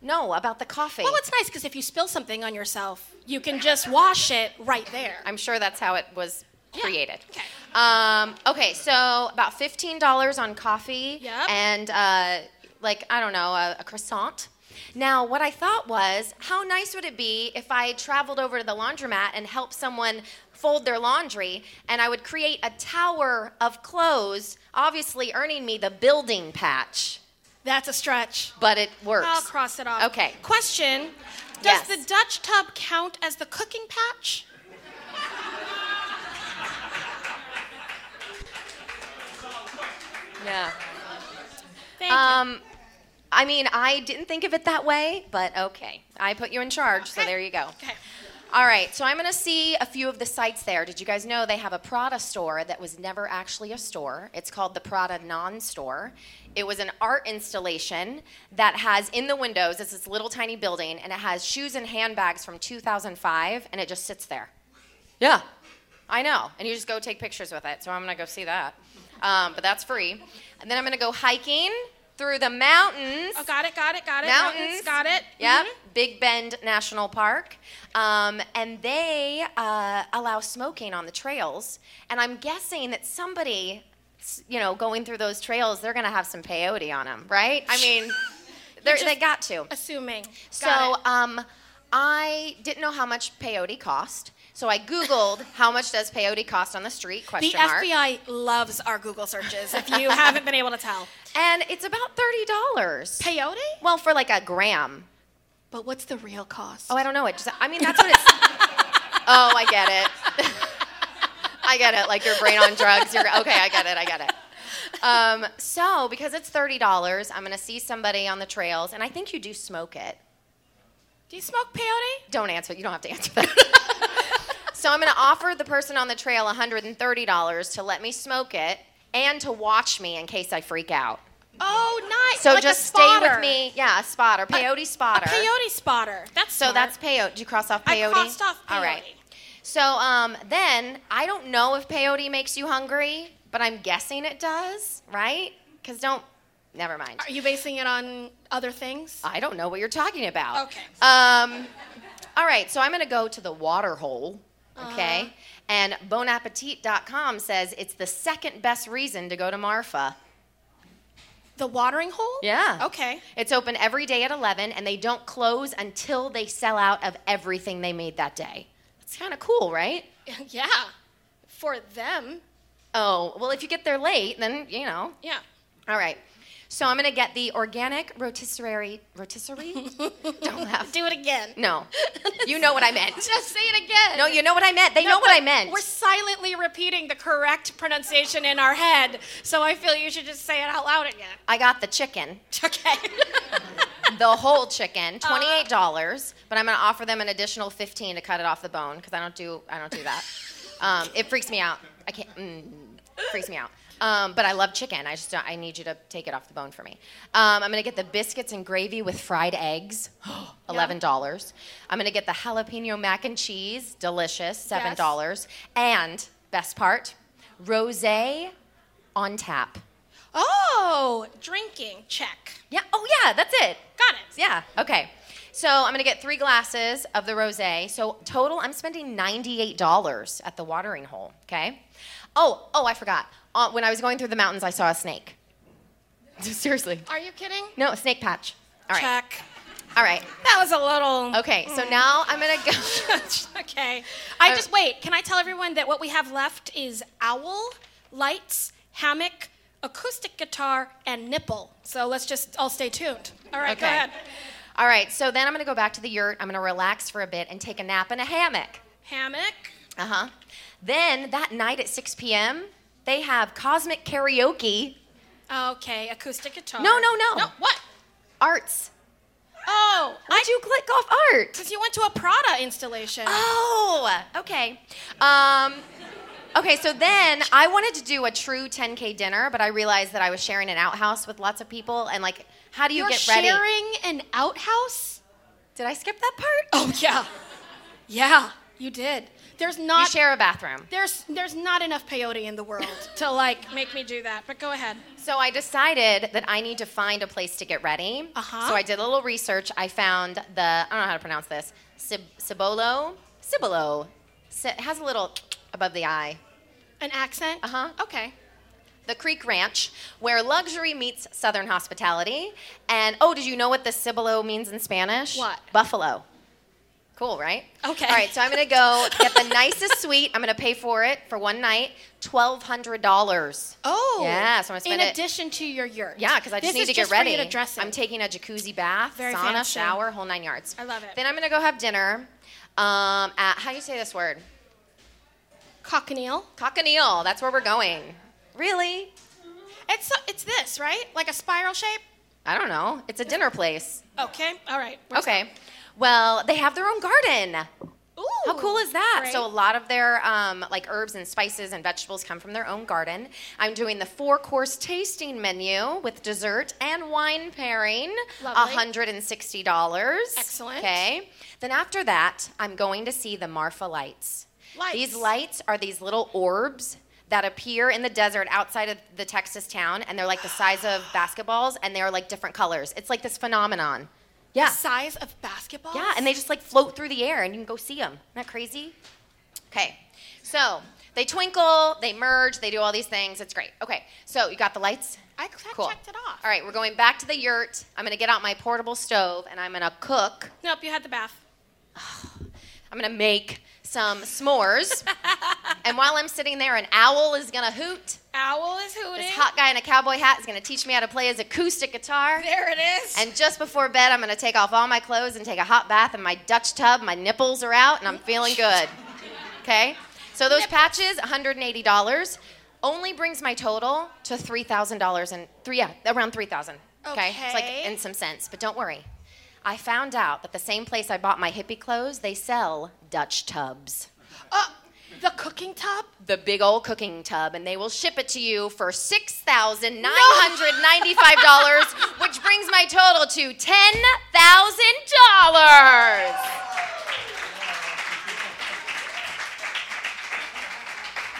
S3: No, about the coffee.
S2: well, it's nice because if you spill something on yourself, you can just wash it right there.
S3: I'm sure that's how it was
S2: Yeah.
S3: created.
S2: Okay.
S3: Um, okay, so about fifteen dollars on coffee
S2: Yep.
S3: and uh, like I don't know a, a croissant. Now, what I thought was, how nice would it be if I traveled over to the laundromat and helped someone fold their laundry, and I would create a tower of clothes, obviously earning me the building patch.
S2: That's a stretch.
S3: But it works.
S2: I'll cross it off.
S3: Okay.
S2: Question Does
S3: Yes.
S2: the Dutch tub count as the cooking patch?
S3: Yeah.
S2: Thank
S3: Um, I mean, I didn't think of it that way, but okay. I put you in charge, so
S2: Okay.
S3: there you go.
S2: Okay.
S3: All right, so I'm going to see a few of the sites there. Did you guys know they have a Prada store that was never actually a store? It's called the Prada Non Store. It was an art installation that has in the windows, it's this little tiny building, and it has shoes and handbags from 2005, and it just sits there. Yeah. I know. And you just go take pictures with it. So I'm going to go see that. Um, but that's free. And then I'm going to go hiking through the mountains.
S2: Oh, got it, got it, got it.
S3: Mountains.
S2: Got it.
S3: Yep.
S2: Mhm.
S3: Big Bend National Park. Um, and they uh, allow smoking on the trails. And I'm guessing that somebody, s- you know, going through those trails, they're going to have some peyote on them, right? I
S2: [LAUGHS]
S3: mean, they're
S2: just-
S3: they got to.
S2: Assuming. Got
S3: So
S2: it.
S3: um, I didn't know how much peyote cost. So I
S2: [LAUGHS]
S3: Googled how much does peyote cost on the street?
S2: the
S3: Question mark.
S2: FBI loves our Google searches, if [LAUGHS] you haven't been able to tell.
S3: And it's about thirty dollars.
S2: Peyote?
S3: well, for like a gram.
S2: But what's the real cost?
S3: Oh, I don't know. It just. I mean, that's what it's. [LAUGHS] oh, I get it. [LAUGHS] I get it. Like your brain on drugs. You're okay. I get it. I get it. Um, so because it's thirty dollars, I'm gonna see somebody on the trails, and I think you do smoke it.
S2: Do you smoke peyote?
S3: Don't answer. You don't have to answer that. [LAUGHS] so I'm going to offer the person on the trail $130 to let me smoke it and to watch me in case I freak out.
S2: Oh, nice.
S3: So
S2: Like a
S3: just stay
S2: spotter.
S3: with me. Yeah, a spotter, peyote spotter.
S2: A peyote spotter. That's
S3: so
S2: smart.
S3: that's peyote. Did you cross off
S2: I
S3: peyote?
S2: crossed off
S3: All right.
S2: peyote.
S3: So um, then I don't know if peyote makes you hungry, but I'm guessing it does, right? Because don't. Never mind.
S2: Are you basing it on other things?
S3: I don't know what you're talking about.
S2: Okay.
S3: Um, all right, so I'm going to go to the water hole, okay?
S2: Uh-huh.
S3: And bonappetit.com says it's the second best reason to go to Marfa.
S2: The watering hole?
S3: Yeah.
S2: Okay. [LAUGHS]
S3: It's open every day at 11, and they don't close until they sell out of everything they made that day. It's kind of cool, right?
S2: yeah. For them.
S3: Oh, well, if you get there late, then, you know.
S2: Yeah.
S3: All right. So I'm going to get the organic rotisserie. Rotisserie? don't laugh.
S2: Do it again.
S3: No. You know what I meant.
S2: Just say it again.
S3: No, you know what I meant. They know what I meant.
S2: We're silently repeating the correct pronunciation in our [LAUGHS] head, so I feel you should just say it out loud again.
S3: I got the chicken.
S2: Okay.
S3: the whole chicken, twenty-eight dollars. But I'm gonna offer them an additional fifteen to cut it off the bone because I don't do I don't do that. Um, it freaks me out. I can't. Mm, freaks me out. Um, but I love chicken. I just don't, I need you to take it off the bone for me. Um, I'm gonna get the biscuits and gravy with fried eggs, [GASPS] eleven dollars. I'm gonna get the jalapeno mac and cheese, delicious, seven dollars. And best part, rosé on tap.
S2: Oh, drinking check.
S3: Yeah. Oh yeah, that's it.
S2: Got it.
S3: Yeah. Okay. So I'm gonna get three glasses of the rosé. So total, I'm spending ninety-eight dollars at the watering hole. Okay. Oh, oh, I forgot. Uh, when I was going through the mountains, I saw a snake. [LAUGHS] Seriously.
S2: Are you kidding?
S3: No, a snake patch. All right.
S2: Check.
S3: All right.
S2: That was a little.
S3: Okay. So now I'm gonna go. [LAUGHS] Oh.
S2: [LAUGHS] okay. I just wait. Can I tell everyone that what we have left is owl, lights, hammock, acoustic guitar, and nipple. So let's just all stay tuned. All right, go
S3: Okay.
S2: ahead.
S3: All right. So then I'm gonna go back to the yurt. I'm gonna relax for a bit and take a nap in a hammock.
S2: Hammock.
S3: Uh huh. Then that night at 6 p.m., they have cosmic karaoke
S2: Okay, acoustic guitar.
S3: No, no, no.
S2: No, what?
S3: arts.
S2: Oh,
S3: Why'd you click off art?
S2: because you went to a Prada installation.
S3: Oh, okay. Um, okay, so then I wanted to do a true 10K dinner, but I realized that I was sharing an outhouse with lots of people, and like, how do you
S2: You're
S3: get ready?
S2: sharing an outhouse?
S3: Did I skip that part?
S2: Oh yeah, yeah, you did. There's
S3: You
S2: not
S3: share a bathroom.
S2: there's there's not enough peyote in the world [LAUGHS] to like make me do that. But go ahead.
S3: So I decided that I need to find a place to get ready.
S2: Uh-huh.
S3: So I did a little research. I found the I don't know how to pronounce this. Cib- Cibolo, Cibolo. Si- it has a little above the eye.
S2: An accent.
S3: Uh huh.
S2: Okay.
S3: The Creek Ranch, where luxury meets southern hospitality. And oh, did you know what the Cibolo means in Spanish?
S2: What?
S3: Buffalo. Cool, right?
S2: Okay.
S3: All right, so I'm gonna go get the
S2: [LAUGHS]
S3: nicest suite. I'm gonna pay for it for one night, twelve hundred dollars.
S2: Oh.
S3: Yeah, so I'm gonna spend
S2: in
S3: it-
S2: addition to your yurt.
S3: Yeah, because I just
S2: This
S3: need
S2: is
S3: to
S2: just
S3: get ready.
S2: For you to dress in.
S3: I'm taking a jacuzzi bath,
S2: Very
S3: sauna,
S2: fancy.
S3: shower, whole nine yards.
S2: I love it.
S3: Then I'm gonna go have dinner. Um, at how do you say this word?
S2: cochineal.
S3: Cochineal. That's where we're going. Really?
S2: It's so, it's this right, like a spiral shape.
S3: I don't know. It's a dinner place.
S2: Okay. All right. What's-
S3: Okay. Well, they have their own garden.
S2: Ooh.
S3: How cool is that?
S2: Great.
S3: So a lot of their um, like herbs and spices and vegetables come from their own garden. I'm doing the four course tasting menu with dessert and wine pairing.
S2: Lovely.
S3: $160.
S2: Excellent.
S3: Okay. Then after that, I'm going to see the Marfa lights.
S2: Lights.
S3: These lights are these little orbs that appear in the desert outside of the Texas town and they're like the size
S2: [GASPS]
S3: of basketballs and they're like different colors. It's like this phenomenon. Yeah.
S2: size of basketball.
S3: Yeah, and they just like float through the air and you can go see them. Isn't that crazy? Okay, so they twinkle, they merge, they do all these things. It's great. Okay, so you got the lights?
S2: I c- I checked it off.
S3: All right, we're going back to the yurt. I'm gonna get out my portable stove and I'm gonna cook.
S2: Nope. You had the bath.
S3: I'm gonna make some
S2: [LAUGHS]
S3: s'mores. and while I'm sitting there, an owl is gonna hoot.
S2: Owl is hooting.
S3: This hot guy in a cowboy hat is gonna teach me how to play his acoustic guitar.
S2: There it is.
S3: And just before bed, I'm gonna take off all my clothes and take a hot bath in my Dutch tub. My nipples are out, and I'm feeling good. Okay. So those patches, $180, only brings my total to $3,000 and three, yeah, around 3,000. Okay. It's like
S2: Okay.
S3: in some sense, but don't worry. I found out that the same place I bought my hippie clothes, they sell Dutch tubs.
S2: Uh, the cooking tub.
S3: The big old cooking tub, and they will ship it to you for six thousand nine hundred ninety-five
S2: [LAUGHS]
S3: dollars, which brings my total to ten thousand dollars.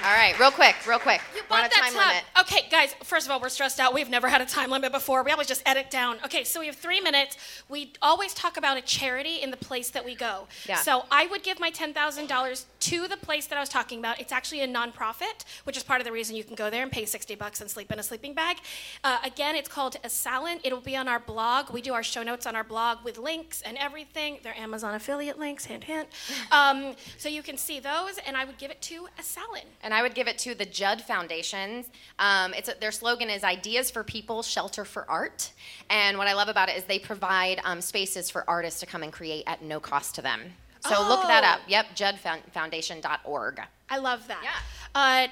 S3: All right, real quick, real quick.
S2: You
S3: We're on a
S2: bought that
S3: time
S2: tub.
S3: limit.
S2: Okay, guys, first of all, we're stressed out. We've never had a time limit before. We always just edit down. Okay, so we have three minutes. We always talk about a charity in the place that we go.
S3: Yeah.
S2: So I would give my $10,000 to the place that I was talking about. It's actually a nonprofit, which is part of the reason you can go there and pay 60 bucks and sleep in a sleeping bag. Uh, again, it's called a Salon. It'll be on our blog. We do our show notes on our blog with links and everything. They're Amazon affiliate links, hint,
S3: [LAUGHS]
S2: hint. Um, so you can see those, and I would give it to a Salon.
S3: And I would give it to the Judd Foundation. Um, it's their slogan is "Ideas for People, Shelter for Art." And what I love about it is they provide um, spaces for artists to come and create at no cost to them. So look that
S2: Oh.
S3: up. Yep, JuddFoundation.org.
S2: I love that.
S3: Yeah.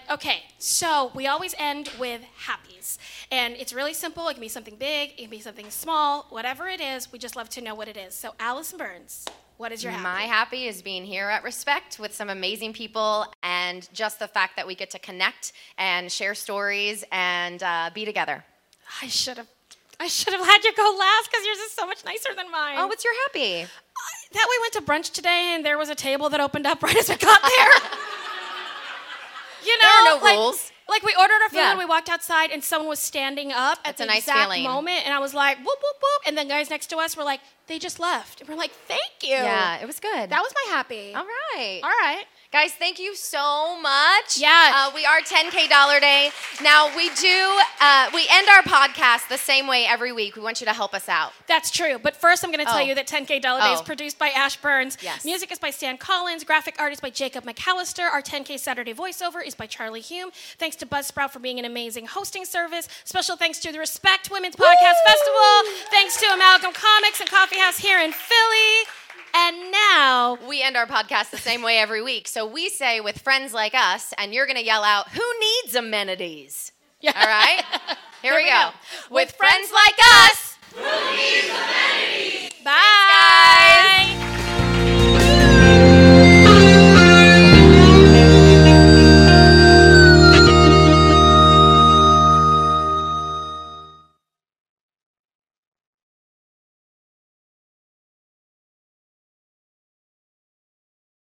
S2: Uh, okay, so we always end with happies. And it's really simple. It can be something big, it can be something small, whatever it is. We just love to know what it is. So, Allison Burns, what is your happy?
S3: My happy is being here at Respect with some amazing people and just the fact that we get to connect and share stories and uh, be together.
S2: I should have. I should have had you go last because yours is so much nicer than mine.
S3: Oh, what's your happy?
S2: that we went to brunch today and there was a table that opened up [LAUGHS] right as we got
S3: [LAUGHS]
S2: there. you know,
S3: There are no
S2: like,
S3: rules.
S2: Like we ordered our food
S3: Yeah.
S2: and we walked outside and someone was standing up at
S3: That's
S2: the
S3: a nice
S2: exact
S3: feeling.
S2: moment and I was like, whoop whoop whoop, and then guys next to us were like, they just left. And we're like, thank you.
S3: Yeah, it was good.
S2: Oh. that was my happy.
S3: all right.
S2: All right.
S3: Guys, thank you so much.
S2: Yeah.
S3: Uh, we are 10K Dollar Day. Now, we do, uh, we end our podcast the same way every week. We want you to help us out.
S2: That's true. But first, I'm going to tell
S3: Oh.
S2: you that 10K Dollar Day is
S3: Oh.
S2: produced by Ash Burns.
S3: Yes.
S2: Music is by Stan Collins. Graphic art is by Jacob McAllister. Our 10K Saturday voiceover is by Charlie Hume. Thanks to Buzzsprout for being an amazing hosting service. Special thanks to the Respect Women's Podcast Festival. Thanks to Amalgam Comics and Coffee House here in Philly. And now,
S3: We end our podcast the same way every week. So we say with friends like us, and you're going to yell out, who needs amenities?
S2: Yeah.
S3: All right? Here, we, go. With, friends like us.
S2: bye.